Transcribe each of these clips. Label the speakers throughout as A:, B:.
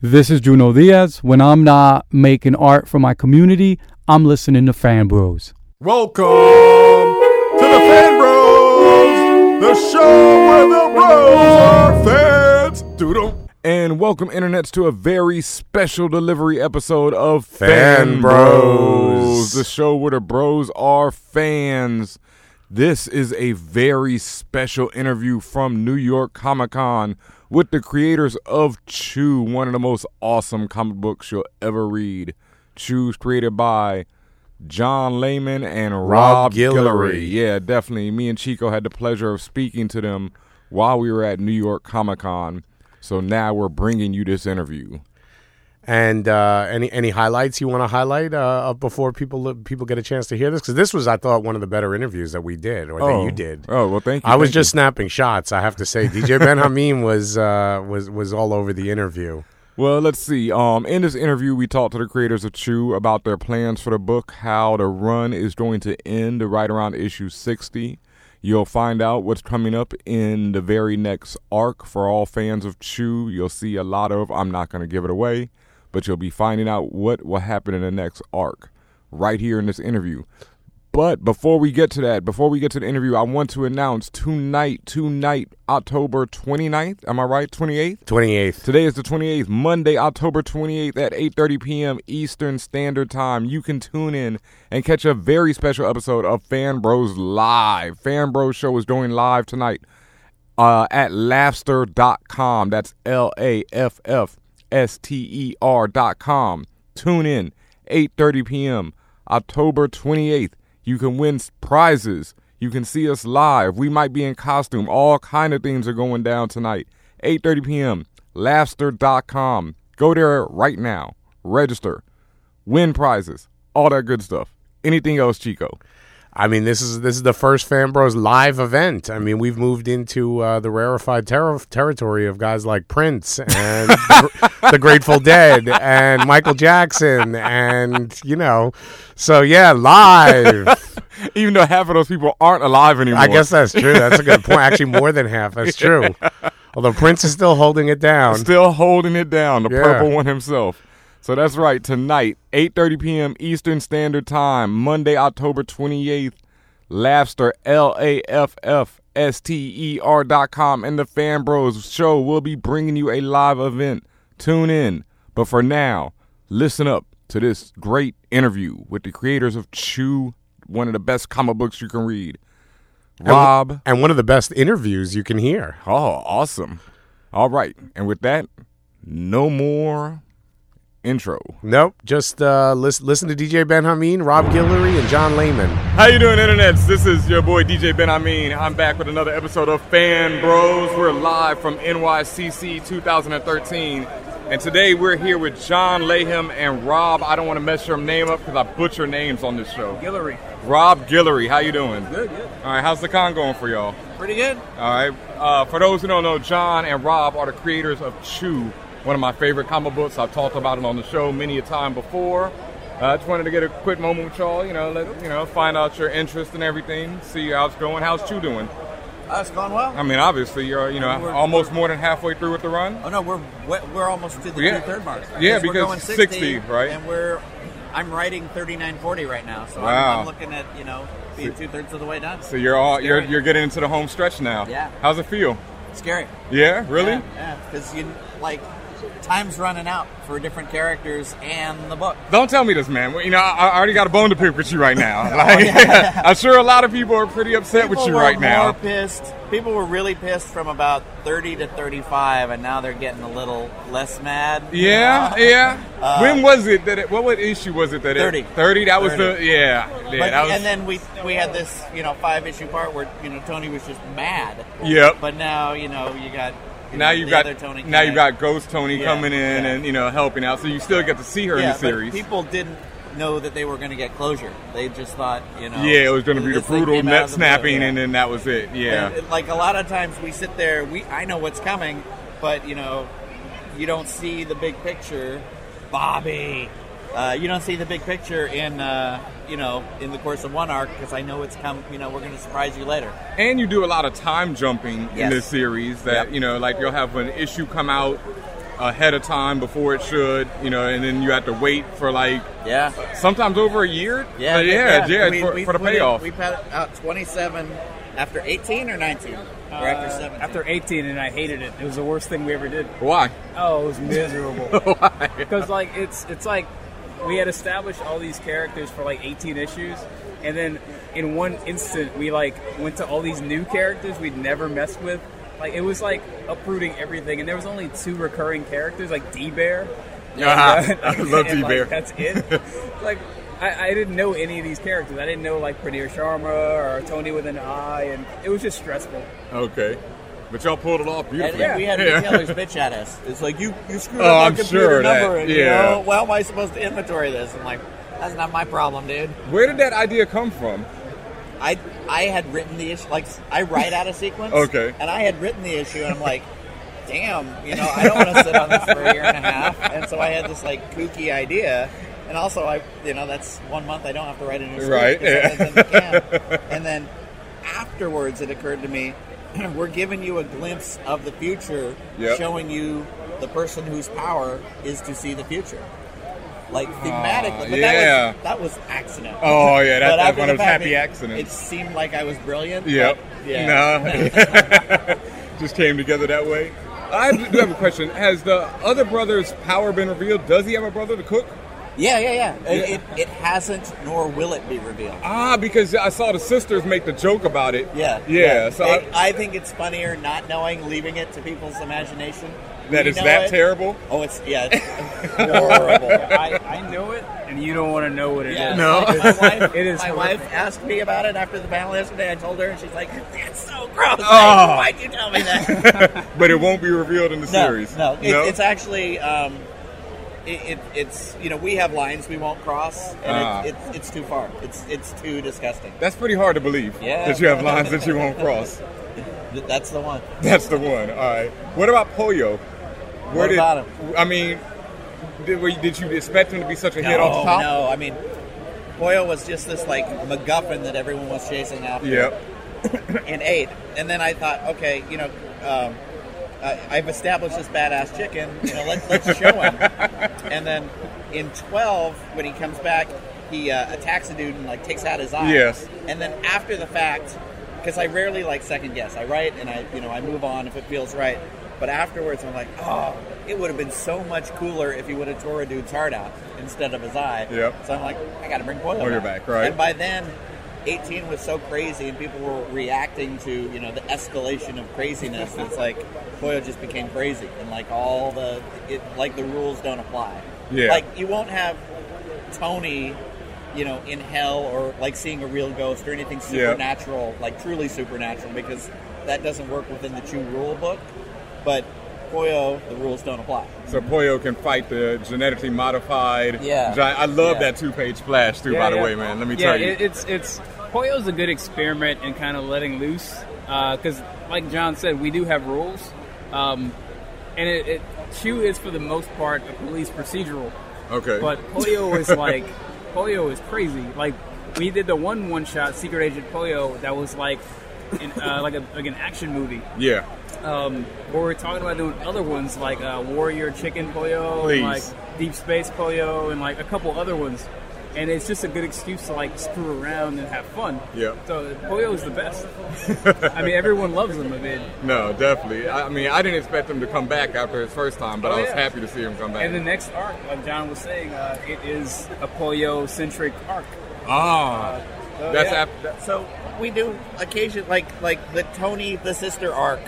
A: This is Juno Diaz. When I'm not making art for my community, I'm listening to Fan Bros.
B: Welcome to the Fan Bros, the show where the bros are fans. Doodle. And welcome, internets, to a very special delivery episode of
C: Fan Bros.
B: the show where the bros are fans. This is a very special interview from New York Comic Con with the creators of Chew, one of the most awesome comic books you'll ever read. Chew's created by John Lehman and Rob,
C: Guillory.
B: Guillory. Yeah, definitely. Me and Chico had the pleasure of speaking to them while we were at New York Comic Con. So now we're bringing you this interview.
C: And uh, any any highlights you want to highlight uh, of before people li- people get a chance to hear this? Because this was, I thought, one of the better interviews that we did or that you did.
B: Oh, well, thank you.
C: I was
B: thank you.
C: just snapping shots. I have to say, DJ Ben Hameen was uh, was was all over the interview.
B: Well, let's see. Um, in this interview, we talked to the creators of Chew about their plans for the book, how the run is going to end right around issue 60. You'll find out what's coming up in the very next arc for all fans of Chew. You'll see a lot of, I'm not going to give it away, but you'll be finding out what will happen in the next arc right here in this interview. But before we get to that, before we get to the interview, I want to announce tonight, tonight, October 29th, am I right? 28th?
C: Twenty eighth.
B: Today is the 28th, Monday, October 28th at 8:30 p.m. Eastern Standard Time. You can tune in and catch a very special episode of Fan Bros Live. Fan Bros Show is going live tonight uh, at laughster.com. That's L A F F S T E R dot com. Tune in, 8.30 p.m., October 28th. You can win s- prizes. You can see us live. We might be in costume. All kind of things are going down tonight. 8.30 p.m., laughster.com. Go there right now. Register. Win prizes. All that good stuff. Anything else, Chico?
C: I mean, this is this is the first Fan Bros live event. I mean, we've moved into uh, the rarefied ter- territory of guys like Prince and the Grateful Dead and Michael Jackson, and you know, so yeah, live.
B: Even though half of those people aren't alive anymore.
C: I guess that's true. That's a good point. Actually, more than half. That's true. Although Prince is still holding it down.
B: Still holding it down, the
C: Yeah.
B: purple one himself. So that's right. Tonight, 8:30 p.m. Eastern Standard Time, Monday, October 28th. Laughster, L A F F S T E R dot com, and the Fan Bros Show will be bringing you a live event. Tune in. But for now, listen up to this great interview with the creators of Chew, one of the best comic books you can read. Rob.
C: and one of the best interviews you can hear.
B: Oh, awesome. All right. And with that, no more intro.
C: Nope, just uh, listen, listen to DJ Ben Hameen, Rob Guillory, and John Lehman.
B: How you doing, internets? This is your boy DJ Ben Amin. I'm back with another episode of Fan Bros. We're live from NYCC 2013. And today we're here with John Lahem and Rob. I don't want to mess your name up because I butcher names on this show.
D: Guillory.
B: Rob Guillory, how you doing?
D: Good, good.
B: All right, how's the con going for y'all?
D: Pretty good.
B: All right. Uh, for those who don't know, John and Rob are the creators of Chew, one of my favorite comic books. I've talked about it on the show many a time before. Uh, I just wanted to get a quick moment with y'all. You know, let you know, find out your interest and everything. See how it's going. How's Chew doing?
D: Uh, it's gone well.
B: I mean, obviously, you're you know
D: We're-
B: almost more than halfway through with the run.
D: oh no, we're we- we're almost to the
B: Yeah.
D: two third mark.
B: Yeah,
D: we're
B: because
D: going
B: 60, right?
D: And we're I'm writing thirty nine forty right now, so
B: Wow.
D: I'm, I'm looking at you know being two thirds of the way done.
B: So you're all
D: It's
B: you're
D: scary.
B: you're getting into the home stretch now.
D: Yeah.
B: How's it feel?
D: Scary.
B: Yeah. Really?
D: Yeah, because you like time's running out for different characters and the book.
B: Don't tell me this, man. Well, You know, I I already got a bone to pick with you right now. Like, I'm sure a lot of people are pretty upset with
D: People
B: you
D: were
B: right now.
D: more pissed. People were really pissed from about thirty to thirty five, and now they're getting a little less mad.
B: Yeah, yeah.
D: Uh,
B: when was it that? It, what what issue was it that? it-
D: 30.
B: Thirty. That was the
D: 30.
B: yeah. yeah
D: But-
B: that was,
D: and then we we had this you know five issue part where you know Tony was just mad.
B: Yep.
D: But now you know you got you
B: now
D: know,
B: you've
D: the
B: got
D: other Tony.
B: now
D: Kinnick.
B: you've got Ghost Tony
D: Yeah,
B: coming in
D: yeah.
B: and you know helping out, so you still get to see her
D: yeah,
B: in the
D: but
B: series.
D: People didn't know that they were going to get closure. They just thought you know
B: yeah, it was going to be the
D: this thing
B: brutal
D: came out
B: net
D: of the blue,
B: snapping,
D: yeah.
B: and then that was it. Yeah.
D: And, like a lot of times we sit there, we I know what's coming, but you know, you don't see the big picture, Bobby. Uh, you don't see the big picture in uh, you know in the course of one arc because I know it's come. You know we're going to surprise you later.
B: And you do a lot of time jumping in
D: Yes.
B: this series that,
D: Yep.
B: you know, like you'll have an issue come out ahead of time before it should, you know, and then you have to wait for like
D: Yeah.
B: sometimes over a year.
D: Yeah,
B: But yeah, yeah,
D: I mean,
B: for,
D: we
B: for the
D: put in-
B: payoff.
D: we put out 27 after 18 or 19 or after 17.
E: after 18, and I hated it. It was the worst thing we ever did.
B: Why?
E: Oh, it was miserable. Because like it's it's like we had established all these characters for like 18 issues, and then in one instant we like went to all these new characters we'd never messed with. Like it was like uprooting everything, and there was only two recurring characters, like D Bear.
B: Ah, I love
E: and,
B: D Bear.
E: Like, that's it. like I, I didn't know any of these characters. I didn't know like Pradeer Sharma or Tony with an eye, and it was just stressful.
B: Okay. But y'all pulled it off
D: And
B: beautifully.
D: we had
B: Yeah.
D: retailers bitch at us. It's like you you screwed
B: Oh,
D: up my
B: I'm
D: computer
B: sure that-
D: number, and you
B: yeah.
D: know, well, how am I supposed to inventory this? I'm like, that's not my problem, dude.
B: Where did that idea come from?
D: I I had written the issue like I write out a sequence.
B: Okay.
D: And I had written the issue, and I'm like, damn, you know, I don't want to sit on this for a year and a half. And so I had this like kooky idea, and also I, you know, that's one month I don't have to write a new story
B: Right,
D: 'cause
B: yeah.
D: that's in the can. And then afterwards, it occurred to me, we're giving you a glimpse of the future,
B: Yep.
D: showing you the person whose power is to see the future. Like thematically, but
B: yeah.
D: that was that was accident.
B: Oh yeah, that,
D: But
B: that's
D: after
B: one
D: the
B: of those
D: fact,
B: happy
D: it- It
B: accidents.
D: seemed like I was brilliant.
B: Yep.
D: but Yeah.
B: Yeah. No. Just came together that way. I do have a question. Has the other brother's power been revealed? Does he have a brother to cook?
D: Yeah, yeah, yeah. It, It, it hasn't, nor will it be revealed.
B: Ah, because I saw the sisters make the joke about it.
D: Yeah.
B: Yeah. So
D: It-
B: I,
D: I, think it's funnier not knowing, leaving it to people's imagination.
B: that
D: We
B: is
D: know
B: that
D: it.
B: terrible.
D: Oh, it's yeah, it's horrible.
E: I, I know it, and you don't want to know what it is.
D: Yeah,
C: No.
D: like, my wife,
E: It is
D: My
E: horrific.
D: wife asked me about it after the panel yesterday. I told her, and she's like, "That's so gross. Like,
B: Oh.
D: why'd you tell me that?"
B: But it won't be revealed in the
D: no,
B: series.
D: no, it, it's actually. Um, it, it, it's you know we have lines we won't cross and
B: Ah.
D: it's it's, it's too far it's it's too disgusting
B: That's pretty hard to believe.
D: Yeah.
B: That you have lines that you won't cross.
D: Th- that's the one
B: That's the one. All right. What about Pollo?
D: What about him?
B: I mean, did, were you- did you expect him to be such a hit
D: no,
B: off the top?
D: No, I mean, Boyle was just this like MacGuffin that everyone was chasing after
B: Yep.
D: and ate. And then I thought, okay, you know, um, I, I've established this badass chicken. You know, let's, let's show him. and then in twelve, when he comes back, he uh, attacks a dude and like takes out his eye.
B: Yes.
D: And then after the fact, because I rarely like second guess, I write and I you know I move on if it feels right. But afterwards, I'm like, oh, it would have been so much cooler if you would have tore a dude's heart out instead of his eye.
B: Yep.
D: So I'm like, I got to bring Boyle
B: Oh, you're back, right.
D: And by then, 18 was so crazy, and people were reacting to you know the escalation of craziness. it's like Boyle just became crazy, and like all the it, like the rules don't apply.
B: Yeah.
D: Like you won't have Tony, you know, in hell or like seeing a real ghost or anything
B: Yeah.
D: supernatural, like truly supernatural, because that doesn't work within the Chew rule book. But Boyle, the rules don't apply.
B: So Pollo can fight the genetically modified.
D: Yeah.
B: Giant. I love
D: Yeah.
B: that two page flash through, by the way, man. Let me
E: yeah,
B: tell you.
E: it- it's it's Poyo's a good experiment in kind of letting loose because, like John said, we do have rules, um, and it, it Chew is for the most part a police procedural,
B: okay.
E: but Poyo is like Poyo is crazy. Like we did the one one shot Secret Agent Poyo that was like in, uh, like a, like an action movie.
B: yeah.
E: Um, but we're talking about doing other ones like uh, Warrior Chicken Pollo
B: Please.
E: and like Deep Space Pollo and like a couple other ones. And it's just a good excuse to like screw around and have fun.
B: Yep.
E: So Pollo is the best. I mean, everyone loves him. I mean,
B: No, definitely. I, I mean, I didn't expect him to come back after his first time, but
E: Oh,
B: I was
E: yeah.
B: happy to see him come back.
E: and the next arc, like John was saying, uh, it is a Pollo centric arc.
B: ah. that's
E: Oh, yeah.
B: after.
D: So we do occasion like like the Tony the sister arc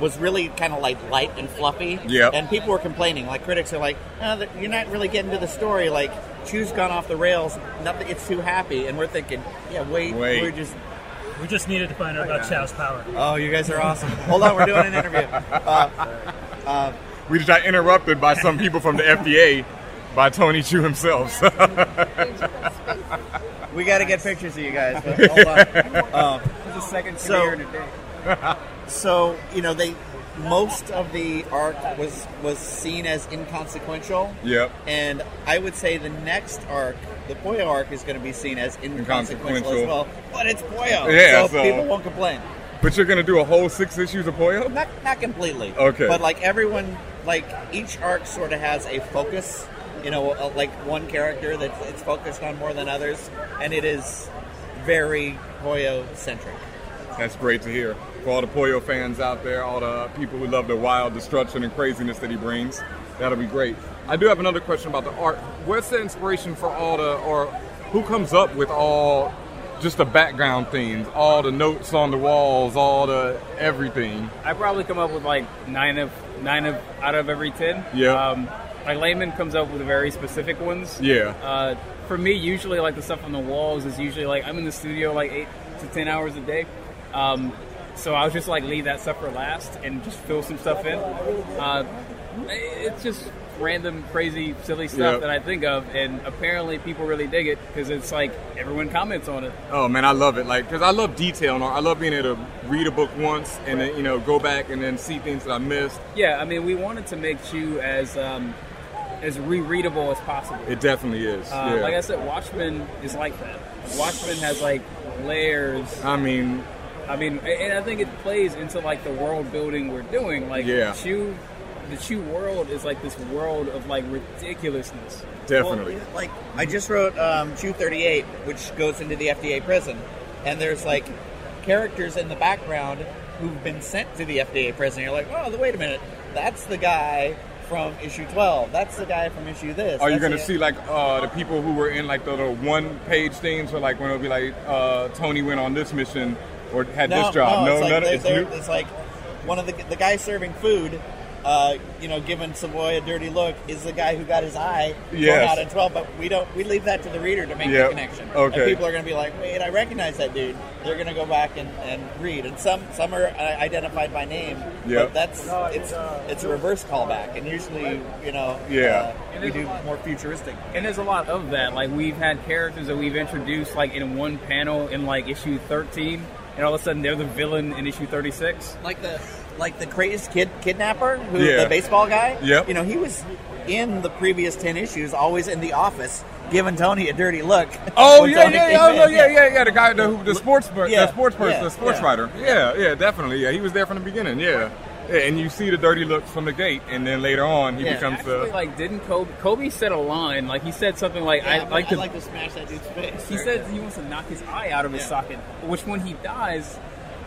D: was really kind of like light and fluffy.
B: Yep.
D: And people were complaining. Like critics are like, oh, th- you're not really getting to the story. Like Chew's gone off the rails. Nothing. It's too happy. And we're thinking, yeah, wait,
B: Wait.
D: we're just.
F: We just needed to find out about Chow's power.
D: Oh, you guys are awesome. Hold on, we're doing an interview.
B: We just got interrupted by some people from the FDA, by Tony Chu himself. So.
D: We got to get pictures of you guys. But hold on.
E: It's the second
D: So-
E: premiere today.
D: So you know they. Most of the arc was was seen as inconsequential.
B: yep.
D: And I would say the next arc, the Poyo arc, is going to be seen as inconsequential,
B: Inconsequential.
D: as well. But it's Poyo,
B: Yeah,
D: so,
B: so-
D: people won't complain.
B: But you're gonna do a whole six issues of Pollo?
D: Not not completely.
B: Okay.
D: But like everyone like each arc sort of has a focus. You know, uh, like one character that it's focused on more than others, and it is very Hoyo centric.
B: That's great to hear. For all the Pollo fans out there, all the people who love the wild destruction and craziness that he brings, that'll be great. I do have another question about the art. What's the inspiration for all the, or who comes up with all just the background themes, all the notes on the walls, all the everything?
E: I probably come up with like nine of nine of out of every ten.
B: Yeah.
E: Um, like Layman comes up with very specific ones.
B: Yeah.
E: Uh, for me, usually like the stuff on the walls is usually like I'm in the studio like eight to ten hours a day. Um, so I'll just like leave that stuff for last and just fill some stuff in. Uh, it's just random, crazy, silly stuff
B: Yeah.
E: that I think of, and apparently people really dig it because it's like everyone comments on it.
B: Oh man, I love it. Like, cause I love detail and art. I love being able to read a book once and then you know go back and then see things that I missed.
E: Yeah, I mean, we wanted to make you as um, as rereadable as possible.
B: It definitely is.
E: Uh,
B: yeah.
E: Like I said, Watchmen is like that. Watchmen has like layers.
B: I mean,
E: I mean, a- and I think it plays into like the world building we're doing. Like,
B: Yeah.
E: Chew, the Chew world is like this world of like ridiculousness.
B: definitely.
D: Well, like I just wrote um, Chew 38, which goes into the FDA prison, and there's like characters in the background who've been sent to the FDA prison. You're like, oh, wait a minute, that's the guy from issue 12. That's the guy from issue this.
B: Are you
D: that's
B: gonna
D: the-
B: see like uh, the people who were in like the little one-page things, or like when it'll be like uh, Tony went on this mission or had
D: no,
B: this job?
D: No,
B: No,
D: it's like,
B: none of
D: they're-
B: it's
D: they're-
B: you?
D: it's like one of the the guy serving food. Uh, you know, giving Savoy a dirty look is the guy who got his eye torn
B: Yes.
D: out in twelve. But we don't. We leave that to the reader to make
B: Yep.
D: the connection.
B: Okay.
D: And people are going to be like, "Wait, I recognize that dude." They're going to go back and, and read. And some some are uh, identified by name.
B: Yep.
D: But that's it's it's a reverse callback. And usually, you know,
B: Yeah.
D: uh, we do more futuristic.
E: And there's a lot of that. Like we've had characters that we've introduced like in one panel in like issue 13, and all of a sudden they're the villain in issue 36.
D: like the like the craziest kid kidnapper who
B: Yeah.
D: the baseball guy
B: Yep.
D: you know he was in the previous 10 issues always in the office giving tony a dirty look
B: Oh
D: When
B: yeah,
D: Tony
B: yeah,
D: came
B: yeah, oh,
D: in.
B: no, yeah, yeah, yeah. The guy, the, who- the sports, per-
D: Yeah,
B: the sports person,
D: yeah,
B: the sports
D: yeah.
B: writer. Yeah, yeah, definitely. Yeah, he was there from the beginning. Yeah. yeah, and you see the dirty looks from the gate, and then later on he
D: Yeah.
B: becomes
E: Actually,
B: the.
E: like didn't Kobe? Kobe said a line. Like he said something like,
D: Yeah,
E: "I like
D: I
E: to
D: like to smash that dude's face
E: He said he wants to knock his eye out of his
D: Yeah.
E: socket, which when he dies,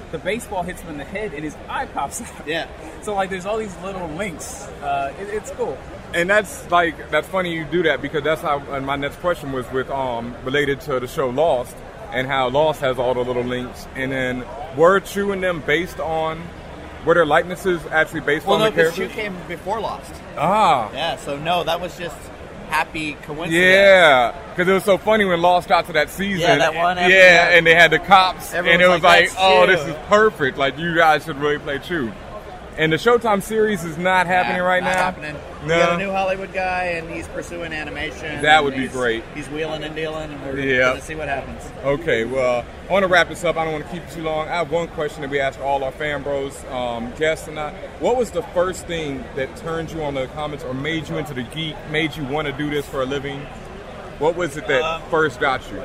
E: the baseball hits him in the head and his eye pops out.
D: yeah
E: So like, there's all these little links. Uh, it, it's cool.
B: and that's like that's funny you do that because that's how and my next question was with um related to the show lost and how lost has all the little links and then were true and them based on were their likenesses actually based
D: well
B: on
D: no
B: the
D: because you
B: characters
D: came before lost
B: ah
D: yeah so no that was just happy coincidence
B: yeah because it was so funny when lost got to that season
D: Yeah, that one episode.
B: yeah and they had the cops
D: Everyone
B: and it
D: was
B: was
D: like,
B: like
D: "That's
B: oh
D: True."
B: this is perfect like you guys should really play true and the showtime series is not happening
D: Nah,
B: right
D: not
B: now
D: happening. We
B: No.
D: got a new Hollywood guy, and he's pursuing animation.
B: That
D: and
B: would be
D: he's-
B: great.
D: He's wheeling and dealing, and we're
B: Yeah.
D: gonna see what happens.
B: Okay, well, I want to wrap this up. I don't want to keep it too long. I have one question that we ask all our fan bros, um, guests, and I. What was the first thing that turned you on to the comics or made you into the geek, made you want to do this for a living? What was it that
D: Um,
B: first got you?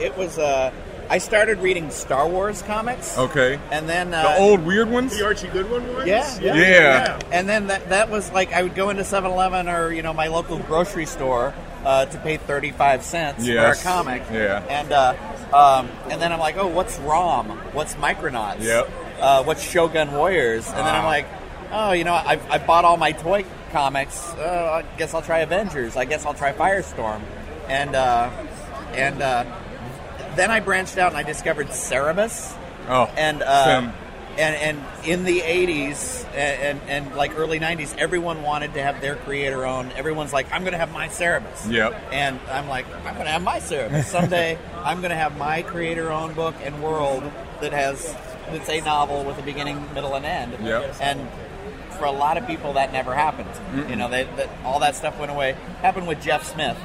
D: It was. Uh, I started reading Star Wars comics.
B: Okay.
D: And then uh,
B: The old weird ones?
C: The Archie Goodwin ones?
D: Yeah, yeah.
B: Yeah.
D: And then that, that was like I would go into 7-Eleven or you know my local grocery store uh, to pay thirty five cents
B: Yes.
D: for a comic.
B: Yeah.
D: And uh, um, and then I'm like, oh, what's ROM? What's Micronauts?
B: Yep.
D: Uh, what's Shogun Warriors? And then I'm
B: Ah.
D: like, oh, you know, I, I bought all my toy comics. Uh, I guess I'll try Avengers. I guess I'll try Firestorm. And uh, and uh, then I branched out and I discovered Cerebus
B: Oh,
D: and uh,
B: Sim.
D: and and in the '80s and, and and like early '90s, everyone wanted to have their creator owned. Everyone's like, "I'm going to have my Cerebus."
B: Yep.
D: And I'm like, "I'm going to have my Cerebus someday. I'm going to have my creator owned book and world that has that's a novel with a beginning, middle, and end."
B: Yep.
D: And for a lot of people, that never happened. You know, they, that all that stuff went away. Happened with Jeff Smith.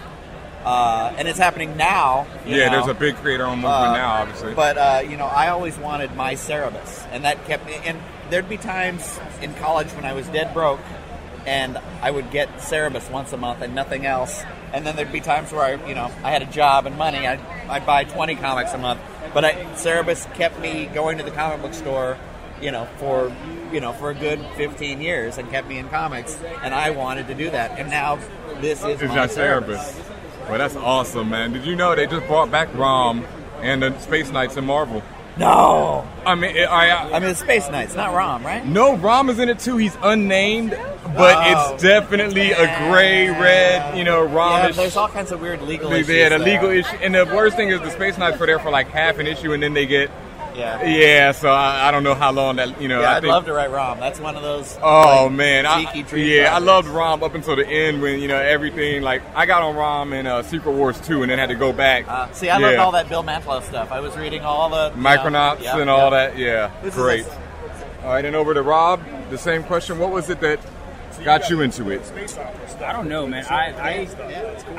D: Uh, and it's happening now. you
B: yeah,
D: know.
B: there's a big creator on movement
D: Uh,
B: now, obviously.
D: But uh, you know, I always wanted my Cerebus, and that kept me. And there'd be times in college when I was dead broke, and I would get Cerebus once a month and nothing else. And then there'd be times where I, you know, I had a job and money. I I would buy twenty comics a month, but I, Cerebus kept me going to the comic book store you know, for you know, for a good 15 years and kept me in comics, and I wanted to do that, and now this
B: It's
D: is my
B: your
D: service.
B: therapist. Well, that's awesome, man. Did you know they just brought back Rom and the Space Knights in Marvel?
D: No,
B: I mean, it- I, I
D: I mean it's Space Knights, not Rom, right?
B: no Rom is in it too. He's unnamed, but
D: Oh.
B: it's definitely a gray, red, you know,
D: Yeah,
B: Rom.
D: there's all kinds of weird legal
B: they,
D: issues.
B: they had a
D: there.
B: legal issue, and the worst thing is the Space Knights were there for like half an issue, and then they get
D: Yeah.
B: yeah. So I, I don't know how long that you know.
D: Yeah,
B: I
D: I'd
B: think
D: love to write Rom. That's one of those.
B: Oh
D: like,
B: man, I,
D: cheeky dream
B: yeah, I
D: projects.
B: loved Rom up until the end when you know everything. Like I got on Rom in uh, Secret Wars two, and then had to go back.
D: Uh, see, I
B: yeah.
D: loved all that Bill Mantlo stuff. I was reading all the you know,
B: Micronauts
D: yeah,
B: and all
D: yeah.
B: that. Yeah,
D: This is
B: great.
D: a-
B: all right, and over to Rob. The same question. What was it that got you into it?
E: I don't know, man. I I,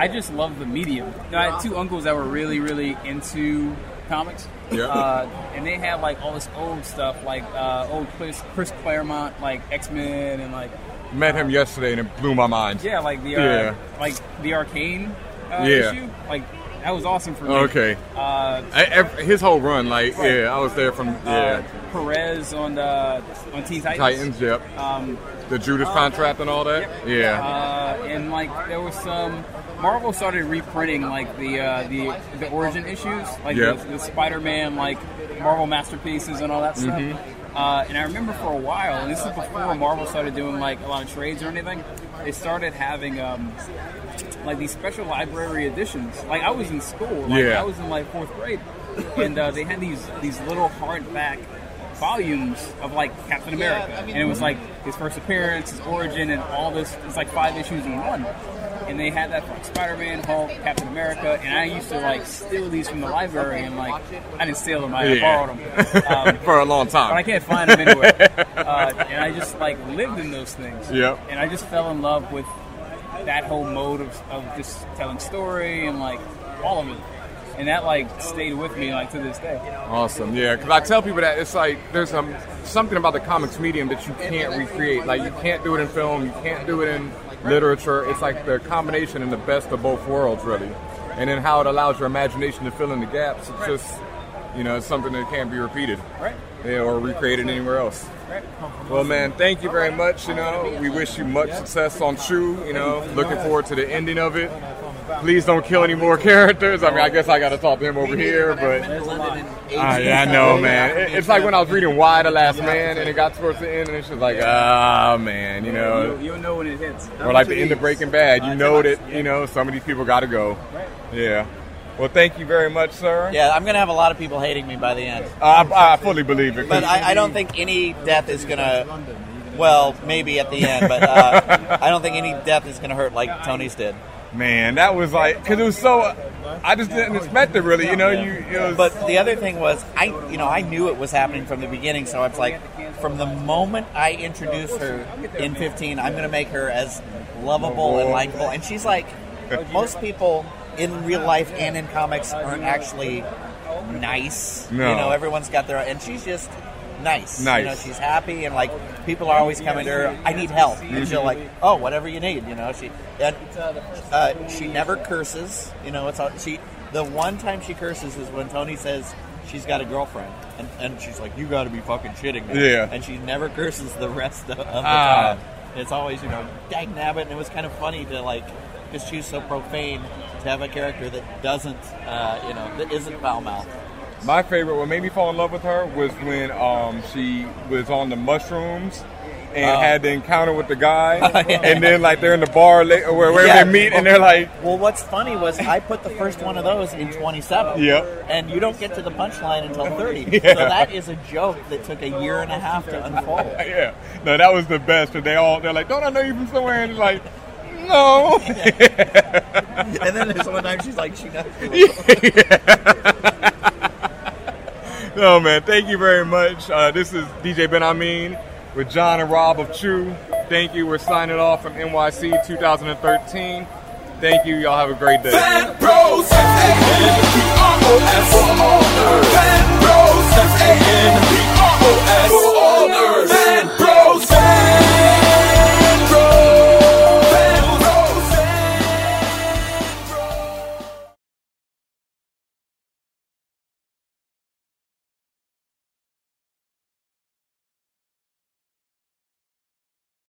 E: I just love the medium. You know, I had two uncles that were really, really into comics.
B: Yeah.
E: Uh, and they had like all this old stuff, like uh, old Chris, Chris Claremont, like X Men, and like
B: Met him yesterday, and it blew my mind.
E: yeah, like the uh,
B: Yeah.
E: like the Arcane uh,
B: Yeah.
E: issue. Like that was awesome for me.
B: Okay.
E: Uh,
B: I, ev his whole run, like yeah, I was there from yeah
E: uh, Perez on the on Teen Titans.
B: Titans. Yep.
E: Um,
B: The Judas contract and all that. Yeah.
E: Uh, and like there was some Marvel started reprinting like the uh, the the origin issues, like
B: Yeah.
E: the, the Spider-Man like Marvel masterpieces and all that stuff. Uh, and I remember for a while, and this is before Marvel started doing like a lot of trades or anything. They started having um, like these special library editions. Like I was in school, like
B: Yeah.
E: I was in like fourth grade, and uh, they had these these little hardback volumes of like Captain America, and it was like his first appearance, his origin, and all this. It's like five issues in one, and they had that for like, Spider-Man, Hulk, Captain America, and I used to like steal these from the library, and like I didn't steal them, I
B: Yeah.
E: borrowed them. Um,
B: For a long
E: but I
B: time.
E: can't find them anywhere. uh, and I just like lived in those things.
B: Yep.
E: And I just fell in love with that whole mode of, of just telling story and like all of it. And that like stayed with me like to this day.
B: Awesome. Yeah, because I tell people that it's like there's um, something about the comics medium that you can't recreate. Like you can't do it in film, you can't do it in literature. It's like the combination and the best of both worlds, really. And then how it allows your imagination to fill in the gaps. It's just, you know, it's something that can't be repeated
E: Right.
B: yeah, or recreated anywhere else.
E: Right.
B: Well, man, thank you very much. You know, we wish you much success on True. You know, looking forward to the ending of it. Please don't kill any more characters. I mean, I guess I got to talk to him over here, but.
D: There's a lot.
B: Ah, yeah, I know, man. It- It's like when I was reading Why the Last Man, and it got towards the end, and it's just like, ah, man, you
E: You'll,
B: know,
E: you'll know when it hits.
B: or like the end of Breaking Bad. You know that, you know, some of these people got to go. Yeah. Well, thank you very much, sir.
D: Yeah, I'm gonna have a lot of people hating me by the end.
B: I, I fully believe it.
D: But I, I don't think any death is gonna. Well, maybe at the end, but uh, I don't think any death is gonna hurt like Tony's did.
B: man, that was like, because it was so, I just didn't expect it really, you know, you, it was,
D: But the other thing was, I you know I knew it was happening from the beginning, so I was like, from the moment I introduced her in 15, I'm going to make her as lovable and likable. And she's like, most people in real life and in comics aren't actually nice.
B: No.
D: You know, everyone's got their, and she's just nice.
B: Nice.
D: You know, she's happy and like people are always coming to her. I need help,
B: Mm-hmm.
D: and she'll like, oh, whatever you need. You know, she and uh, she never curses. You know, it's all, she. The one time she curses is when Tony says she's got a girlfriend, and, and she's like, you got to be fucking shitting me.
B: Yeah.
D: And she never curses the rest of, of the
B: Ah.
D: time. It's always you know, dag nabbit, and it was kind of funny to like, because she's so profane to have a character that doesn't, uh, you know, that isn't foul mouthed.
B: My favorite, what made me fall in love with her, was when um, she was on the mushrooms and
D: Oh.
B: had the encounter with the guy,
D: yeah.
B: and then like they're in the bar la- or where, where
D: Yeah.
B: they meet, and they're like,
D: Well, what's funny was I put the first one of those in 27.
B: Yep.
D: And you don't get to the punchline until 30.
B: Yeah.
D: So that is a joke that took a year and a half to unfold.
B: yeah, no, that was the best. And they all they're like, don't I know you from somewhere? And like, no,
D: And then there's one time she's like, she knows.
B: no, Oh, man. Thank you very much. Uh, this is DJ Ben Amin with John and Rob of True. Thank you. We're signing off from NYC 2013. Thank you. Y'all have a great day.
G: Fan Bros, F-A-N, we are all S. Fan Bros, F-A-N,